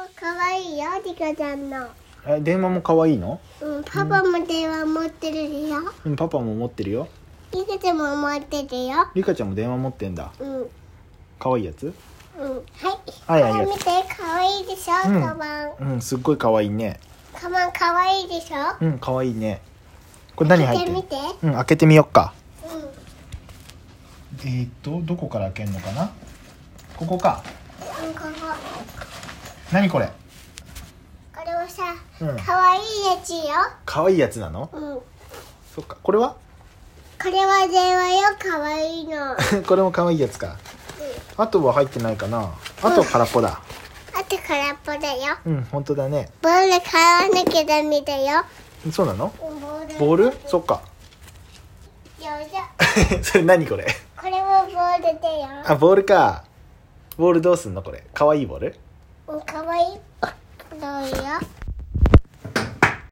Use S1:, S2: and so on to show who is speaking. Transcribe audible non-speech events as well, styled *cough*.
S1: いよリカちゃんの
S2: え電話も可愛いの
S1: うんパパも電話持ってるよ
S2: うんパパも持ってるよ
S1: リカちゃんも持ってるよ
S2: リカちゃんも電話持ってんだ
S1: うんうん
S2: 可愛いやつ
S1: は
S2: はいい
S1: こ
S2: あ
S1: れ
S2: りがとう
S1: 見て可愛いでしょ、
S2: うん
S1: カバン
S2: うんすっごい可愛いね
S1: カバン可愛いでしょ
S2: うん可愛いねこれ何入
S1: 見
S2: っててる
S1: 見て
S2: うん開けてみよっか
S1: うん
S2: えー、っとどこから開けるのかなここか
S1: うんここ
S2: 何これ
S1: これはさ、
S2: うん
S1: 可愛いやつよ
S2: 可愛いやつなの
S1: うん
S2: そっかこれは *laughs*
S1: これは電話よ可愛いのあ
S2: これも可愛いやつかあとは入ってないかなあとは空っぽだ
S1: と空っぽだよ
S2: うん本当だね
S1: ボール買わなきゃダメだよ
S2: そうなの
S1: ボール
S2: ボー
S1: よ
S2: ルそっか *laughs*
S1: いしょ
S2: それ何これ
S1: これもボールだよ
S2: あボールかボールどうすんのこれ可愛いボール
S1: うんかわいい